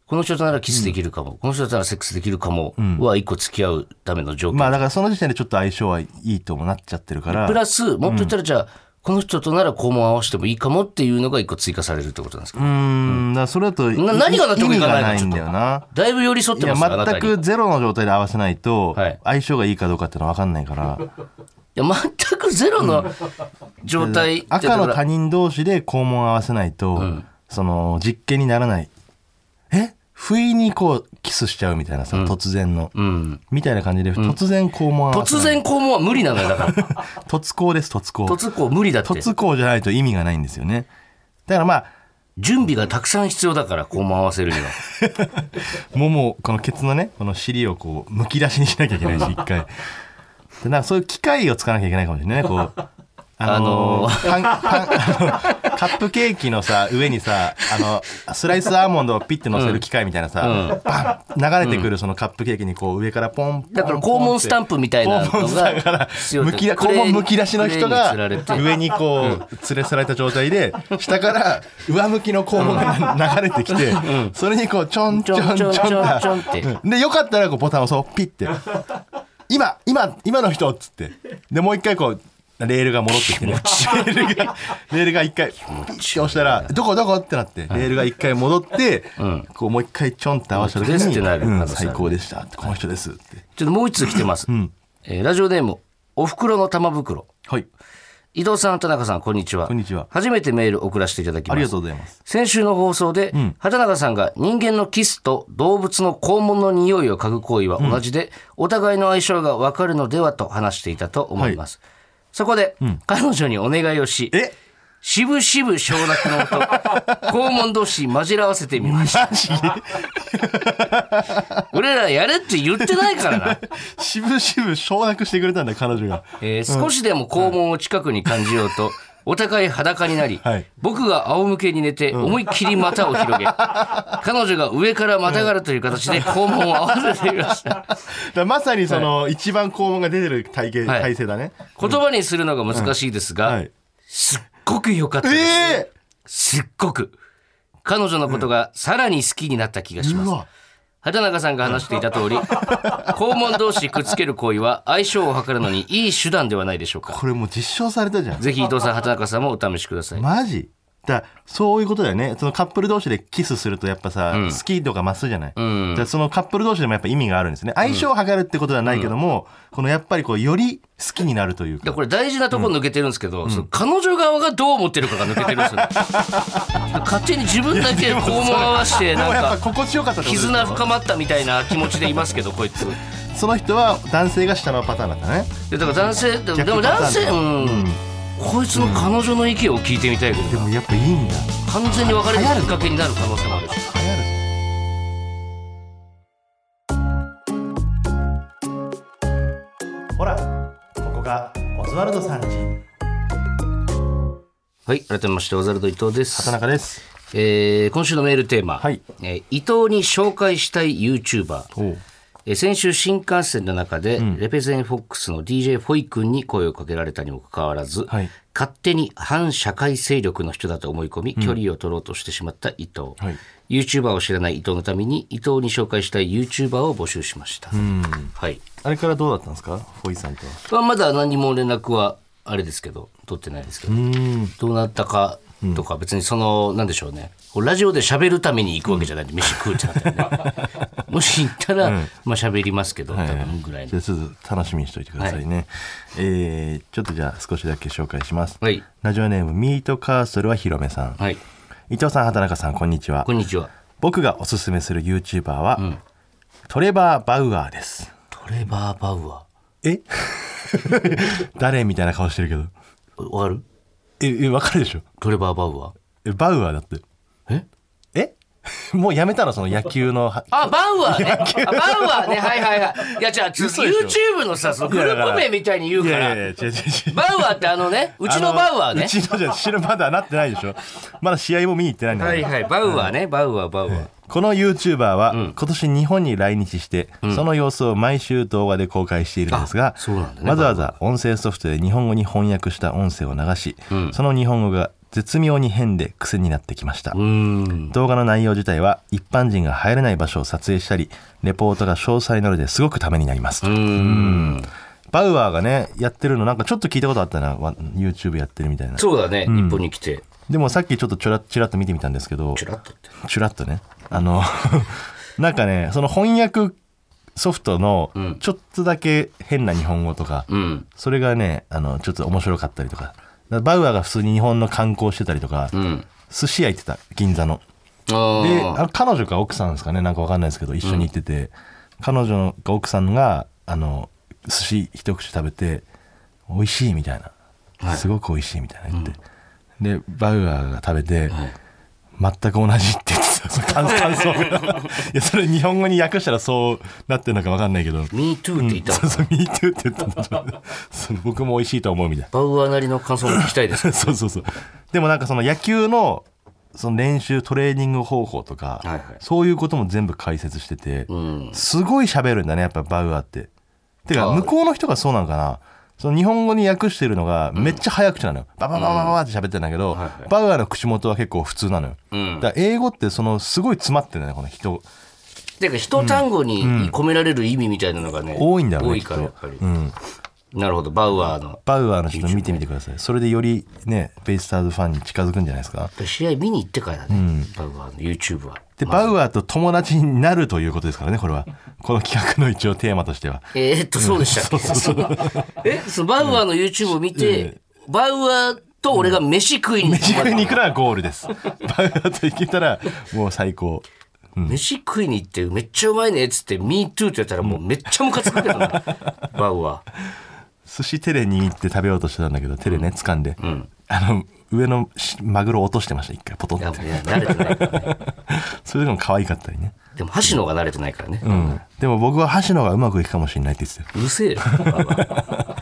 この人とならキスできるかも、この人とならセックスできるかもは一個付き合うための条件まあだからその時点でちょっと相性はいいともなっちゃってるからプラス、もっと言ったら、じゃあ、この人となら肛門合わせてもいいかもっていうのが一個追加されるってことなんですか、うーんだからそれだとな何が納意得い味かがなないいのんだよなだいぶ寄り添っいてやますねあなた全に。いくゼロの状態で合わせないとはい相性がいいかどうかっていうのは分かんないからや、全くゼロの状態ってだか赤のら他人同士で肛門を合わせないと、その実験にならないえ不意にこうキスしちゃうみたいなさ、突然の、うん。みたいな感じで突然肛門を合わせ突ない、然肛門は無理なのよ、だ から。突肛です突肛突肛無理だって。突肛じゃないと意味がないんですよねだからまあ準備がたくさん必要だから、肛門合わせる には。ももこのケツのねこの尻をこうむき出しにしなきゃいけないし一回でなんかそういう機械を使わなきゃいけないかもしれないねこ うあのーパンパンあのカップケーキのさ上にさあのスライスアーモンドをピッて乗せる機械みたいなさ、バン流れてくるそのカップケーキにこう上からポンポンだから肛門スタンプみたいなの肛門スタがンプから必要むきだ肛門むき出しの人がクレーンに釣られて上にこう連れ去られた状態で下から上向きの肛門が流れてきてそれにこうちょんちょんちょんちょんちょんちょんちょんちょんってでよかったらこうボタンをそうピッて今今今の人っつってでもう一回こうレールが戻ってきてねレールがレールが一回ピッて押したら「どこどこ?」ってなってレールが一回戻ってこうもう一回ちょんって合わせた時ですってになるうん「最高でした」って「この人です」ってちょっともう一通来てます。えーラジオネーム、おふくろの玉袋。はい伊藤さん、田中さん、こんにちは。こんにちは初めてメール送らせていただきます。ありがとうございます先週の放送で、畑中さんが人間のキスと動物の肛門の匂いを嗅ぐ行為は同じで、お互いの相性が分かるのではと話していたと思います。そこで、彼女にお願いをし、えしぶしぶ承諾 の音、肛門同士混じらわせてみました。マジ俺らやれって言ってないからな。しぶしぶ承諾してくれたんだ彼女がえー少しでも肛門を近くに感じようと、お互い裸になり、はい僕が仰向けに寝て思いっきり股を 広げ、彼女が上からまたがるという形で肛門を合わせていました。だからまさにその、一番肛門が出てる体型、はい体勢だね言葉にするのが難しいですが、はいすっごく良かったえです。えすっごく。彼女のことがさらに好きになった気がします。うわ畑中さんが話していた 通り、肛門同士くっつける行為は相性を図るのにいい手段ではないでしょうか。これもう実証されたじゃんぜひ伊藤さん、畑中さんもお試しください。マジだからそういうことだよねそのカップル同士でキスするとやっぱさ、うん好き度が増すじゃない、んだからそのカップル同士でもやっぱ意味があるんですね相性を図るってことではないけども、このやっぱりこうより好きになるといういやかこれ大事なとこ抜けてるんですけど、その彼女側がどう思ってるかが抜けてるんですよ、 ね、勝手に自分だけ肛門合わせてでなんもやっぱか心地よかったってことですよ絆深まったみたいな気持ちでいますけどこいつその人は男性が下のパターンだったねでだから男性でもでも逆パタ男性うーん、こいつの彼女の意見を聞いてみたいけでどもやっぱいいんだ完全に別れるきっかけになる可能性もあるし流行るほらここがオズワルドさんちはい改めましてオザルド伊藤です田、中ですえー今週のメールテーマ、はいえー伊藤に紹介したい YouTuber おえー先週新幹線の中で、レペゼンフォックスの DJ フォイ君に声をかけられたにもかかわらず、はい勝手に反社会勢力の人だと思い込み距離を取ろうとしてしまった伊藤、はい YouTuber を知らない伊藤のために伊藤に紹介したい YouTuber を募集しました、はいあれからどうだったんですかフォイさんとはまあ、まだ何も連絡はあれですけど取ってないですけどどうなったかとか別にそのなんでしょうねこうラジオで喋るために行くわけじゃないんで飯食うってなった らねもし行ったらまあ喋りますけど多分ぐらいじのゃあちょっと楽しみにしておいてくださいね、えーちょっとじゃあ少しだけ紹介します、はいラジオネームミートカーソルはひろめさん、はい伊藤さん畑中さんこんにちはこんにちは僕がおすすめする YouTuber は、トレバー・バウアーですトレバー・バウアえ 誰みたいな顔してるけどーわかるええわかるでしょトレバー・バウアーえバウアーだってええもうやめたのその野球のはあ、バウアーね。あバウアーね。はいはいはい。いや、じゃあ、嘘でしょ YouTube のさ、そのグループ名みたいに言ういかやいら、やいや違う違う違うバウアーってあのね、うちのバウアーあのねう。ちのじゃ知るまだなってないでしょまだ試合も見に行ってないんだかはらいはい、バウアーね、バウアー、バウアー。この YouTuber は今年日本に来日して、その様子を毎週動画で公開しているんですあがそうなんだねわざわざ音声ソフトで日本語に翻訳した音声を流し、その日本語が絶妙に変で癖になってきました、うーん。動画の内容自体は一般人が入れない場所を撮影したりレポートが詳細なのですごくためになりますと、うんバウアーがねやってるのなんかちょっと聞いたことあったなわ YouTube やってるみたいなそうだね、日本に来て、でもさっきちょっとちょらちらっと見てみたんですけどチュラッとって。チュラッとねあの なんかねその翻訳ソフトのちょっとだけ変な日本語とか、うん。それがねあのちょっと面白かったりとかだバウアーが普通に日本の観光してたりとか、うん。寿司屋行ってた銀座のであああ。の彼女か奥さんですかねなんかわかんないですけど一緒に行ってて、彼女か奥さんがあの寿司一口食べて美味しいみたいな、すごく美味しいみたいな言って、でバウアーが食べて、全く同じって言ってたその感感想がいやそれ日本語に訳したらそうなってるのかわかんないけど「 Me too って言ったそうの。そう、Me too」って言ったんだちょっと その僕も美味しいと思うみたいなバウアーなりの感想も聞きたいです。 そうそうそう。でもなんかその野球のその練習トレーニング方法とか、はいはいそういうことも全部解説してて、んすごい喋るんだねやっぱバウアーって。てかあー向こうの人がそうなのかなその日本語に訳してるのがめっちゃ早口なのよ、ババババババって喋ってるんだけど、はいはいバウアーの口元は結構普通なのよ、うんだから英語ってそのすごい詰まってるんだねこの人てか、一単語に込められる意味みたいなのがね、多いんだよね多いから、やっぱきっりと、う。ん、なるほど、バウアーの。バウアーのちょっと見てみてくださいそれでよりねベイスターズファンに近づくんじゃないですか試合見に行ってからだね、バウアーの YouTube は。で、バウアーと友達になるということですからね、これは。この企画の一応テーマとしては。えーっと、そうでしたっけ、 え、そのバウアーの YouTube を見て、バウアーと俺が飯食いに行飯っ食いて、に行くのはゴールです。バウアーと行けたら、もう最高。飯食いに行って、めっちゃうまいねっつって、Me too ってやったらもうめっちゃムカつくけどな、 バウアー。寿司手で握って食べようとしてたんだけど、手でね、掴んで。あの、上のしマグロを落としてました、一回、ポトンいや、っもうて。ね慣れてないからね。それでも可愛かったりね。でも、箸の方が慣れてないからね。ううん。でも僕は箸の方がうまくいくかもしれないって言ってたよ。るせえ よ。バウアー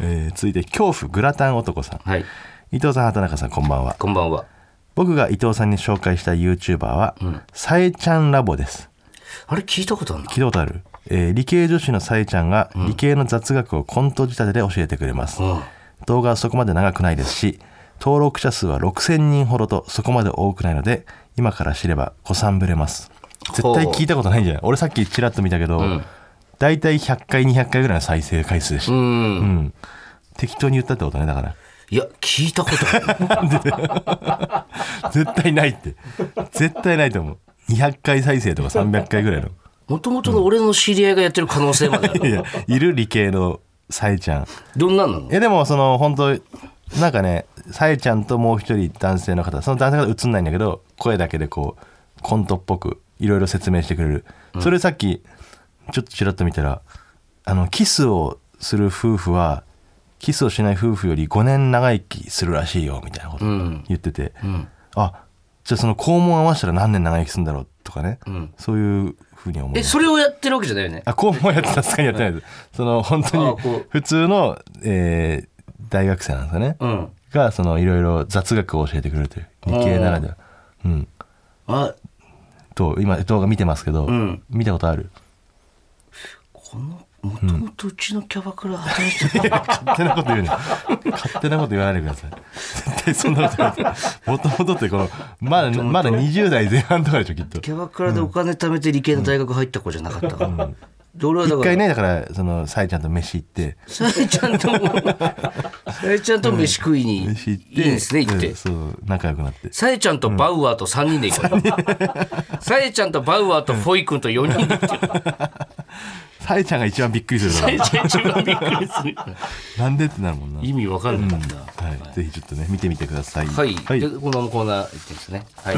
えー続いて、恐怖グラタン男さん。はい。伊藤さん、畑中さん、こんばんは。こんばんは。僕が伊藤さんに紹介した YouTuber は、さえちゃんラボです。あれ、聞いたことあるな。聞いたことある、えー理系女子のさえちゃんが理系の雑学をコント仕立てで教えてくれます、うん動画はそこまで長くないですし登録者数は6000人ほどとそこまで多くないので今から知れば子さんぶれます絶対聞いたことないんじゃない俺さっきちらっと見たけど、大体100回200回ぐらいの再生回数でした、う。うんん適当に言ったってことねだからいや、聞いたことある。絶対ないって絶対ないと思う200回再生とか300回ぐらいのもともとの俺の知り合いがやってる可能性まであいる。やいる理系のさえちゃんどんなんなのえでもその本当なんかねさえちゃんともう一人男性の方その男性の方映んないんだけど声だけでこうコントっぽくいろいろ説明してくれる、それさっきちょっとちらっと見たらあのキスをする夫婦はキスをしない夫婦より5年長生きするらしいよみたいなことうん言ってて、うん。あじゃあその肛門合わせたら何年長生きするんだろうとかね、んそういうふうに思うえ、それをやってるわけじゃないよね。あ、肛門やってさすがにやってないです。その、本あ当こにう、普通の、えー大学生なんですかね。うん。が、その、いろいろ雑学を教えてくれるという、理系ならでは。うん。あ、と、今、動画見てますけど、ん見たことあるこの、もともととうちのキャバクラ働いてる勝手なこと言う ね勝手なこと言わないでください絶対そんなこと言わないもともとってこのまだまだ20代前半とかでしょきっとキャバクラでお金貯めて理系の大学入った子じゃなかったから、で俺はだ一から回ねだからそのさえちゃんと飯行ってさえちゃんともさえちゃんと飯食いに、飯行っていいですね行っうてんそう仲良くなってさえちゃんとバウアーと3人で行こうさえちゃんとバウアーとフォイ君と4人で 行ってさえちゃんが一番びっくりするからちゃん一番びっくりするなんでってなるもんな意味わかんないんだ、はい、ぜひちょっとね見てみてくださいはい、はいでこのコーナー行ってですねはい、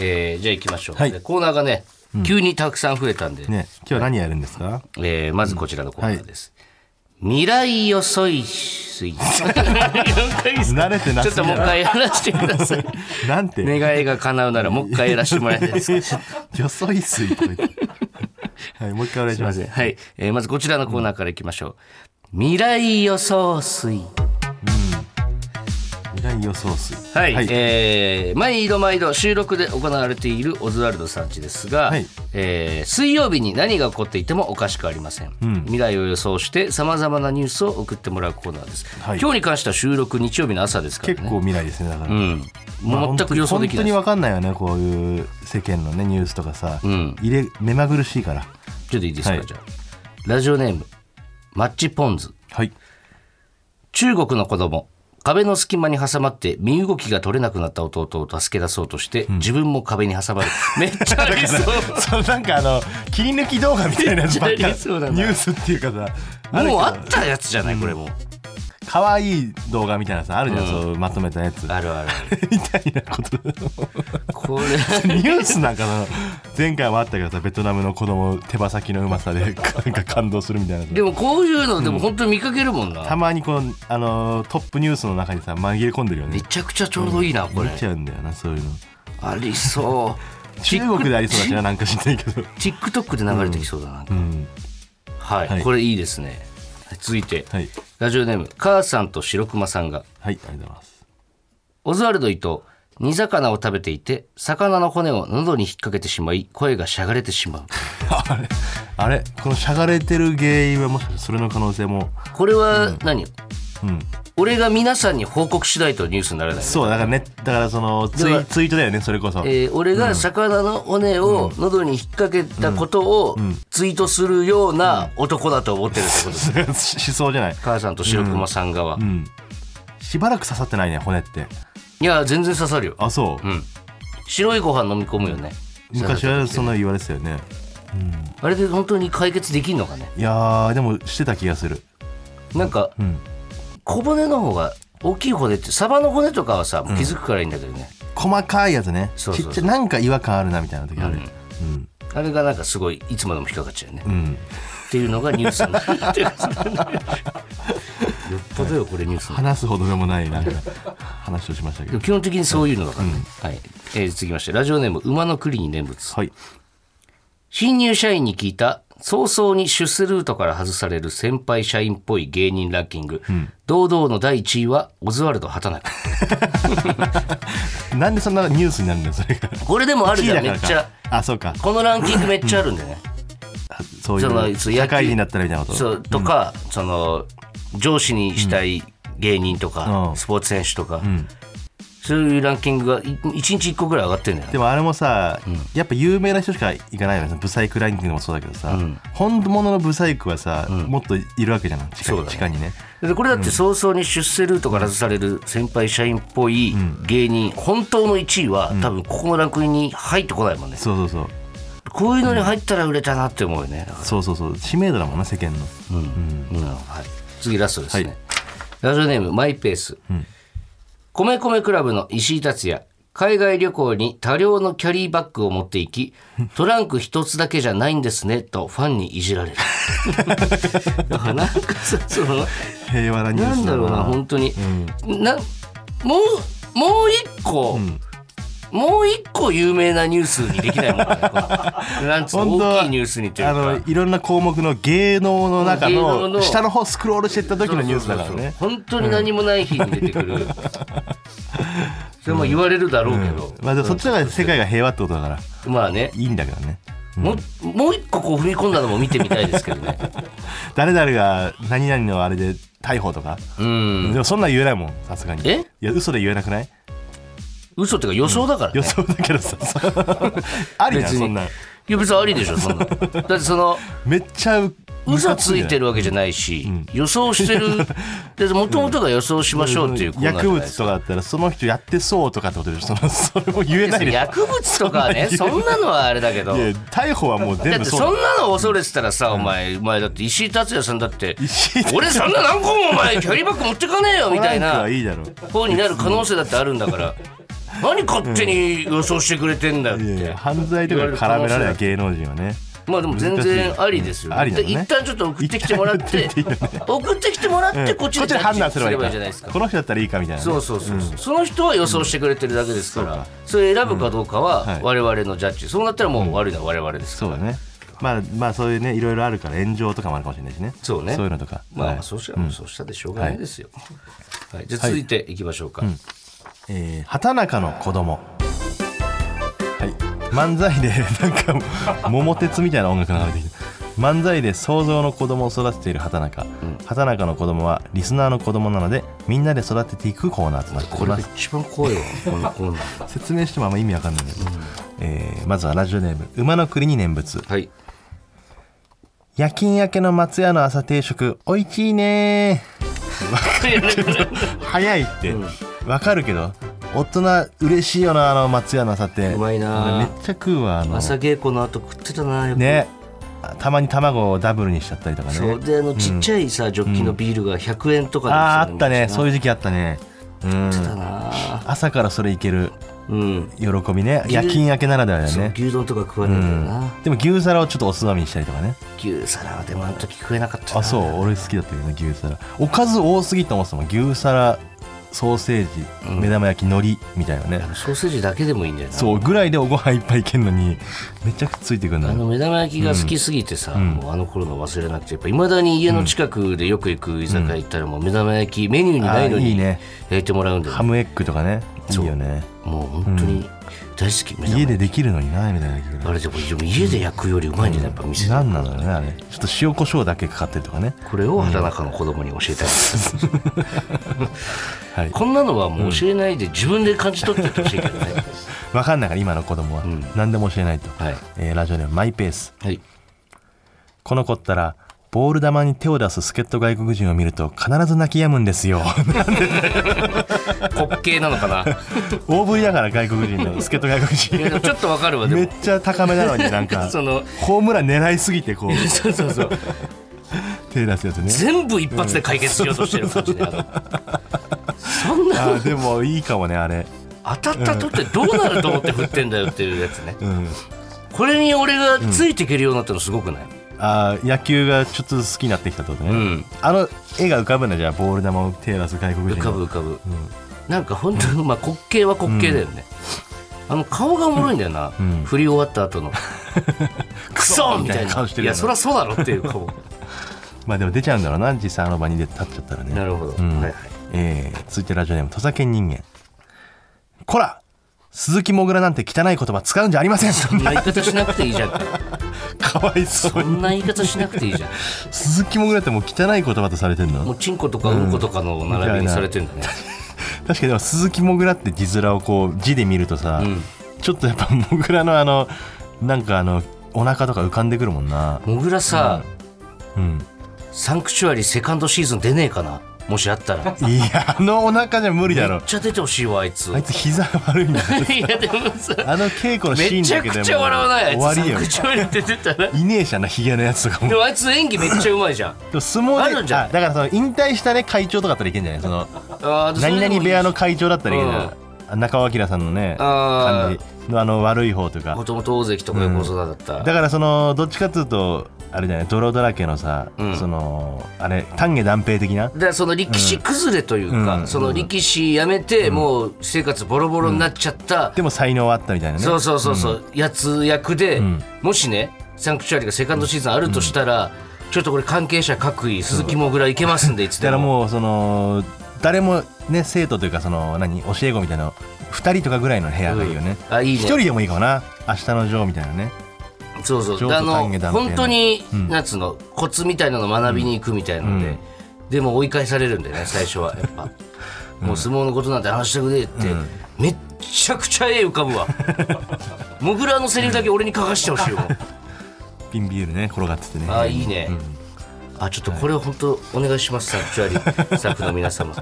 えーじゃあ行きましょう、はいでコーナーがね急にたくさん増えたんで、ね今日は何やるんですかえーまずこちらのコーナーです、未来予想水 慣れてなちすょっぎともう一や回やらせてく ださいなんて願いが叶うならもう一回やらせてもらえないですかよそい水とか言ってはいもう一回お願いしますすいませんはい、えーまずこちらのコーナーからいきましょう。未来予想水。未来予想水はい、えー毎度毎度収録で行われているオズワルドさんちですが、はいえー水曜日に何が起こっていてもおかしくありません、未来を予想してさまざまなニュースを送ってもらうコーナーです、はい今日に関しては収録日曜日の朝ですからね結構未来ですねだから、うん、まあもう全く予想できな本当いでにす分かんないよねこういう世間のねニュースとかさ、ん入れ目まぐるしいからちょっといいですか、はいじゃあラジオネームマッチポンズはい 中国の子供壁の隙間に挟まって身動きが取れなくなった弟を助け出そうとして、自分も壁に挟 まるめっちゃありそうそうなん かあの切り抜き動画みたいなやつばっめかっちゃあニりそうだュなースっていうかさるけもどうあったやつじゃないこれも、可愛い動画みたいなさあるじゃん、そうまとめたやつあるあるある みたいなことこれ ニュースなんかの前回もあったけどさベトナムの子供手羽先のうまさで なんか感動するみたいなさでもこういうのでも本当に見かけるもんな、たまにこの、あのートップニュースの中にさ紛れ込んでるよめねちゃくちゃちょうどいいなこ見れ、ちゃうんだよなそういうのありそう中国でありそうだしななんか知んないけど TikTok で流れてきそうだな、うんはい、はいこれいいですね続いて、はいラジオネーム母さんと白熊さんがはいありがとうございますオズワルド伊藤煮魚を食べていて魚の骨を喉に引っ掛けてしまい声がしゃがれてしまうあれあれこのしゃがれてる原因はもしかしてそれの可能性もこれは何、うん俺が皆さんに報告しないとニュースにならない、そうだからねだからそのツだからイツイートだよねそれこそ、えー俺が魚の骨を喉に引っ掛けたことをツイートするような男だと思ってるってことです、 しそうじゃない母さんと白熊さん側、うんしばらく刺さってないね骨っていや全然刺さるよあそう、うん白いご飯飲み込むよね昔はそんな言われてたよねあれで本当に解決できんのかねいやーでもしてた気がするなんかうん小骨の方が大きい骨ってサバの骨とかはさもう気づくからいいんだけどね、細かいやつねそうそうそうちっちゃいなんか違和感あるなみたいな時あるうんあれがなんかすごいいつまでも引っかかっちゃうよね、うっんていうのがニュースになる っていうかよっぽどよこれニュースになる話すほどでもない なんか話をしましたけでども基本的にそういうのだからね、はいえー続きましてラジオネーム「馬の栗に念仏はい」新入社員に聞いた早々に出世ルートから外される先輩社員っぽい芸人ランキング、堂々の第1位はオズワルド畑中なんでそんなニュースになるんだよそれがこれでもあるじゃ んめっちゃあそうかこのランキングめっちゃあるんだよねそういそのうそう野球社会人だったらみたいなことそうとか、その上司にしたい芸人とか、うんスポーツ選手とか、そういうランキングがい1日1個ぐらい上がってるんだよでねもあれもさ、やっぱ有名な人しか行かないよねブサイクランキングもそうだけどさ、本物のブサイクはさ、もっといるわけじゃない地下,、そうだね地下にねでこれだって早々に出世ルートから外される先輩社員っぽい芸人、本当の1位は多分ここのランクインに入ってこないもんね、そうそうそうこういうのに入ったら売れたなって思うよねだかそうそうそう知名度だもんな世間のら、うんうんはい、次ラストですね、はいラジオネームマイペース、米米クラブの石井達也海外旅行に多量のキャリーバッグを持ってい きトランク一つだけじゃないんですねとファンにいじられるだからなんかさその平和なニューなんスだだろうなな本当に、なもうもう一個、もう一個有名なニュースにできないもんね。このなんつうの本当は大きいニュースにというあか。のいろんな項目の芸能の中芸能のの下の方スクロールしてった時のニュースだからそうそうねそう本当に何もない日に出てくる。それも言われるだろうけど。まあでもそっちの方が世界が平和ってことだからまあね、いいんだけどねもうもう一個こう踏み込んだのも見てみたいですけどね。誰々が何々のあれで逮捕とか、うんでもそんなん言えないもんさすがにえいや嘘で言えなくない嘘っていうか予想だからね、予想だけどさ ありな別にそんなんいや別にありでしょそん なのだってそのめっちゃう嘘ついてるるわけじゃないし、予想して るもともとが予想しましょうっていうコーナーじゃな薬い物ですとかかだったらその人やってそうとかってことでしょそのそれも言え ないでしょ薬物とかはねそそんんなのはあれだけどいやだ逮捕はもう全って部そそうんなの恐れてたらさお前お前だって石井達也さんだって石井達也俺そんな何個もお前キャリーバッグ持ってかねえよみたいトランクなはいいだろ方になる可能性だってあるんだから何勝手に予想してくれてんだよっいやいやて犯罪とかに絡められない芸能人はねまあでも全然ありですよありなのでね一旦ちょっと送ってきてもらっ一て旦送ってきて送ってきてもらってこっちこっでちで判断すればいいジャッジかじゃないですかこの人だったらいいかみたいなねそうそうそうそう、その人は予想してくれてるだけですから、うんそうかそれ選ぶかどうかははい我々のジャッジ、そうなったらもう悪いのは我々ですかそうら、だねまあまあそういうねいろいろあるから炎上とかもあるかもしれないしねそうねそういうのとかまあ、はいそうしたらそうしたでしょうがないですよ、はいじゃあ続いていきましょうか、えー畑中の子供はい漫才で なんか桃鉄みたいな音楽流れてきて漫才で想像の子供を育てている畑中、畑中の子供はリスナーの子供なのでみんなで育てていくコーナーとなってこいれまがす一番怖いわこのコーナー説明してもあんま意味わかんないんだけど、えーまずはラジオネーム馬の栗に念仏はい夜勤明けの松屋の朝定食おいちいねー早いってわかるけど大人嬉しいよなあの松屋の朝ってうまいなめっちゃ食うわあの朝稽古の後食ってたなよくねたまに卵をダブルにしちゃったりとかねそうであのちっちゃいさ、ジョッキのビールが100円とかでああーあったねそういういう時期あったねうんだな朝からそれいけるうん喜びね夜勤明けならではだよそうね牛丼とか食わねえんだよな、でも牛皿をちょっとおつまみにしたりとかね牛皿はでもあの時食えなかったなあそう俺好きだったけどね牛皿おかず多すぎと思ってたもん牛皿ソーセージ目玉焼き海苔みたいなね、ソーセージだけでもいいんだよなそうぐらいでおご飯いっぱいいけんのにめちゃくちゃついてくるんだあのよ目玉焼きが好きすぎてさ、もうあの頃の忘れなくてやっぱいまだに家の近くでよく行く居酒屋行ったらもう目玉焼きメニューにないのあーいにいね焼いてもらうんだよハムエッグとかねいいそうよねもう本当に大好き目玉家焼きでできるのになみたいなあれでもでも家で焼くよりうまいんじゃないやっぱ店で何なのよねあれちょっと塩コショウだけかかってるとかねこれを畑中の子供に教えたい、はいこんなのはもう教えないで自分で感じ取ってほしいけどね、分かんないから今の子供は、ん何でも教えないと、はいえーラジオネームマイペースはいこの子ったらボール球に手を出す助っ人外国人を見ると必ず泣き止むんですよ 滑稽なのかな大振りだから外国人の助っ人外国いやでも人ちょっとわかるわでめっもちゃ高めなのになん かそのホームラン狙いすぎて こうそうそうそう手出すやつね全部一発で解決しようとしてる感じで、そんなあーでもいいかもねあれ当たったとってどうなると思って振ってんだよっていうやつねうんこれに俺がついていけるようになったのすごくない、あー野球がちょっとずつ好きになってきたってことね、うんあの絵が浮かぶんだじゃあボール球を手出す外国人浮がかぶ浮かぶ、なんか本当にまあ滑稽は滑稽だよね、あの顔がおもろいんだよな、ん振り終わった後の クソみたいみたいなな顔してるいよやねそりゃそうだろっていう顔まあでも出ちゃうんだろうな実際あの場に出て立っちゃったらねなるほど、うんはいはいえー続いてラジオネーム土佐犬人間こら鈴木もぐらなんて汚い言葉使うんじゃありませんそんな言い方しなくていいじゃんかわいそそうんにな言い方しなくていいじゃん鈴木もぐらってもう汚い言葉とされてるものうチンコとかうんことかの並びにされてるんだね、確かにでも鈴木もぐらって字面をこう字で見るとさ、うんちょっとやっぱもぐらのあのなんかあのお腹とか浮かんでくるもんなもぐらさ、うんサンクチュアリセカンドシーズン出ねえかなもしあったらいやあのお腹じゃ無理だめろ っちゃ出てほしいわあいついあいつ膝悪いんだよ やでもさあの稽古のシーめンちだゃけくでもちゃ笑わないあい終つわりサよンクチュアリ出てたらいねえじゃんなヒゲのやつとかもでもあいつ演技めっちゃうまいじゃんでも相撲であるんじゃないだからその引退したね会長とかだったらいけんじゃないそのあーそれ何でもいい々部屋の会長だったらいけんじゃない、中尾明さんのねあー感じのあの悪い方ともかともと大関とか横綱だった、だからそのどっちかっていうとあれじゃない泥だらけのさ、うんそのあれ丹下断平的なでその力士崩れというか、うんその力士辞めて、もう生活ボロボロになっちゃった、でも才能はあったみたいなねそうそうそうそう、やつ役で、んもしねサンクチュアリがセカンドシーズンあるとしたら、ちょっとこれ関係者各位鈴木もぐらいけますんでいつだでからももうその誰もね生徒というかその何教え子みたいな2人とかぐらいの部屋がいいよねうんあいいね1人でもいいかもな明日のジョーみたいなねそうそう譲あ渡の単元断定の本当に、なんつうのコツみたいなの学びに行くみたいなので、でも追い返されるんだよ ね最初はやっぱ、もう相撲のことなんて話してくれって、めっちゃくちゃ絵浮かぶ わモグラのセリフだけ俺に書かしてほしいよピンビールね転がっててねああいいね、あちょっとこれを本当お願いしますサンクチュアリスタッフの皆様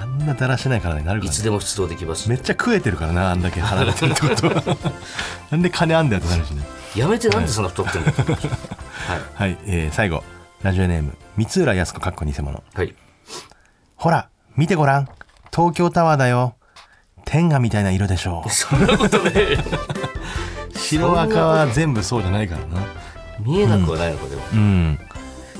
あんなだらしないからねなるかいらねつでも出動できますめっちゃ食えてるからなあんだけ腹立っ てるってことはなんで金あんだよってなるしねやめてなんでそんな太ってんのはいはい、えー最後ラジオネーム三浦靖子かっこ偽物はいほら見てごらん東京タワーだよ天下みたいな色でしょそんなことねえよう白赤は全部そうじゃないからな見えなくはないのかでもうん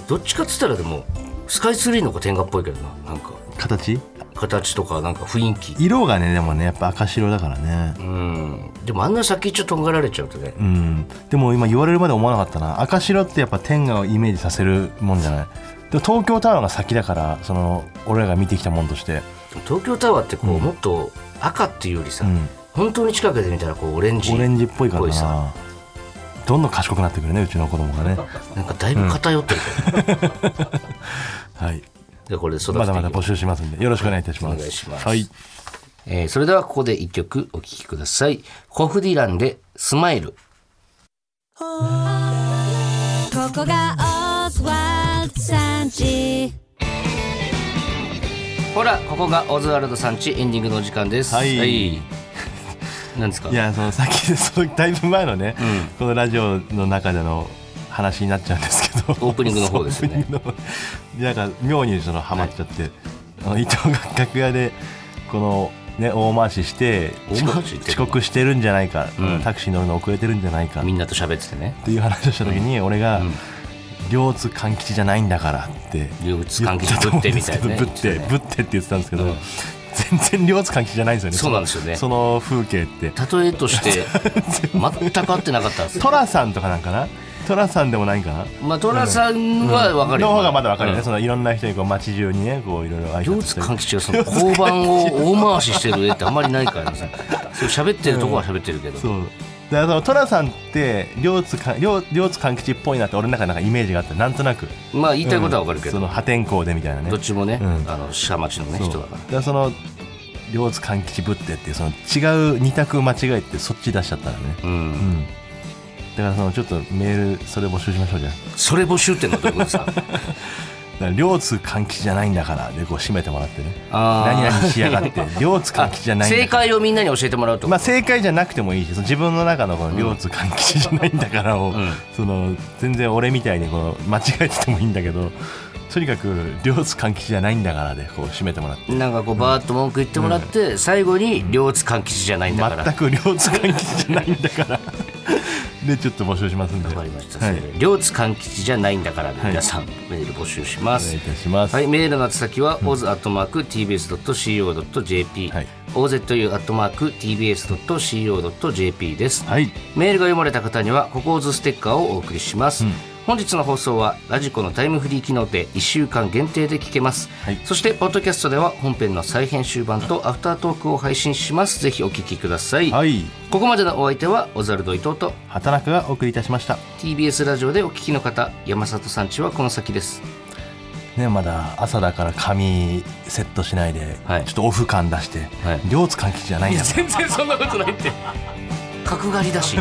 どっちかっつったらでもスカイツリーの方が天下っぽいけどななんか形形とかなんか雰囲気色がねでもねやっぱ赤白だからねうんでもあんな先っちょとんがられちゃうとねうんでも今言われるまで思わなかったな赤白ってやっぱ天下をイメージさせるもんじゃないでも東京タワーが先だからその俺らが見てきたもんとして東京タワーってこう、もっと赤っていうよりさ、うん本当に近くで見たらこうオレンジオレンジっぽいからっぽいさなどんどん賢くなってくるねうちの子供がねなんかだいぶ偏ってるから、はいでこれで育てていきままだすまだ募集しますんでよろしくお願いいたしますお願いしますはいえーそれではここで一曲お聴きくださいホフディランで「スマイルここがオズワルドさんち」ほらここがオズワルドさんちエンディングのお時間ですはい なんですかいやそのさっきでそのだいぶ前のね、このラジオの中での話になっちゃうんですけどオープニングの方ですよねオープニングのなんか妙にそのハマっちゃって、あの伊藤が楽屋でこの、ね、大回しして遅大刻回しって遅刻してるんじゃないか、うんタクシー乗るの遅れてるんじゃないかっみんなと喋っててねていう話をした時に、俺が、ん両津勘吉じゃないんだからって両津勘吉ぶってみたいなねぶってぶってって言ってたんですけど、うん全然両津勘吉じゃないんですよねそうなんですよねその風景って例えと して全く合ってなかったんですよトラさんとかなんかなトラさんでもないんかなまあトラさんは分かるよ、の方がまだわかるよね、うんそのいろんな人にこう街中にねこういろいろ挨両拶し津て勘吉がその交番を大回ししてる絵ってあんまりないから ねそう喋ってるとこは喋ってるけど、そうだからそのトラさんって両津か両両津勘吉っぽいなって俺の中でなんかイメージがあってなんとなくまあ言いたいことは分かるけど、その破天荒でみたいなねどっちもね、うんあの下町のねそう人だからからその両津勘吉ぶってっていうその違う二択間違えてそっち出しちゃったらねうんうんだからそのちょっとメールそれ募集しましょうじゃあそれ募集ってのはどういうこと さだから両津勘吉じゃないんだからでこう締めてもらってねあー何々しや がって両津勘吉じゃないんだから正解をみんなに教えてもらうと、まあ、正解じゃなくてもいいしその自分の中のこの両津勘吉じゃないんだからを、んその全然俺みたいにこの間違えててもいいんだけどとにかく両津勘吉じゃないんだからでこう締めてもらってなんかこうバーッと文句言ってもらって、最後に両津勘吉じゃないんだから全く両津勘吉じゃないんだから でちょっと募集しますんでわかりました、はい、両津勘吉じゃないんだからでい皆さんメール募集しまおす、願いいたします、はい、メールの宛先は、oz.tbs.co.jp、はい ozu.tbs.co.jp です、はいメールが読まれた方にはここオズステッカーをお送りします、本日の放送はラジコのタイムフリー機能で1週間限定で聞けます、はいそしてポッドキャストでは本編の再編集版とアフタートークを配信しますぜひお聞きください、はい、ここまでのお相手はオザルド伊藤と畑中がお送りいたしました TBS ラジオでお聞きの方山里さんちはこの先ですね、まだ朝だから髪セットしないで、はいちょっとオフ感出して、はい両津勘吉じゃないんだから全然そんなことないって角刈りだし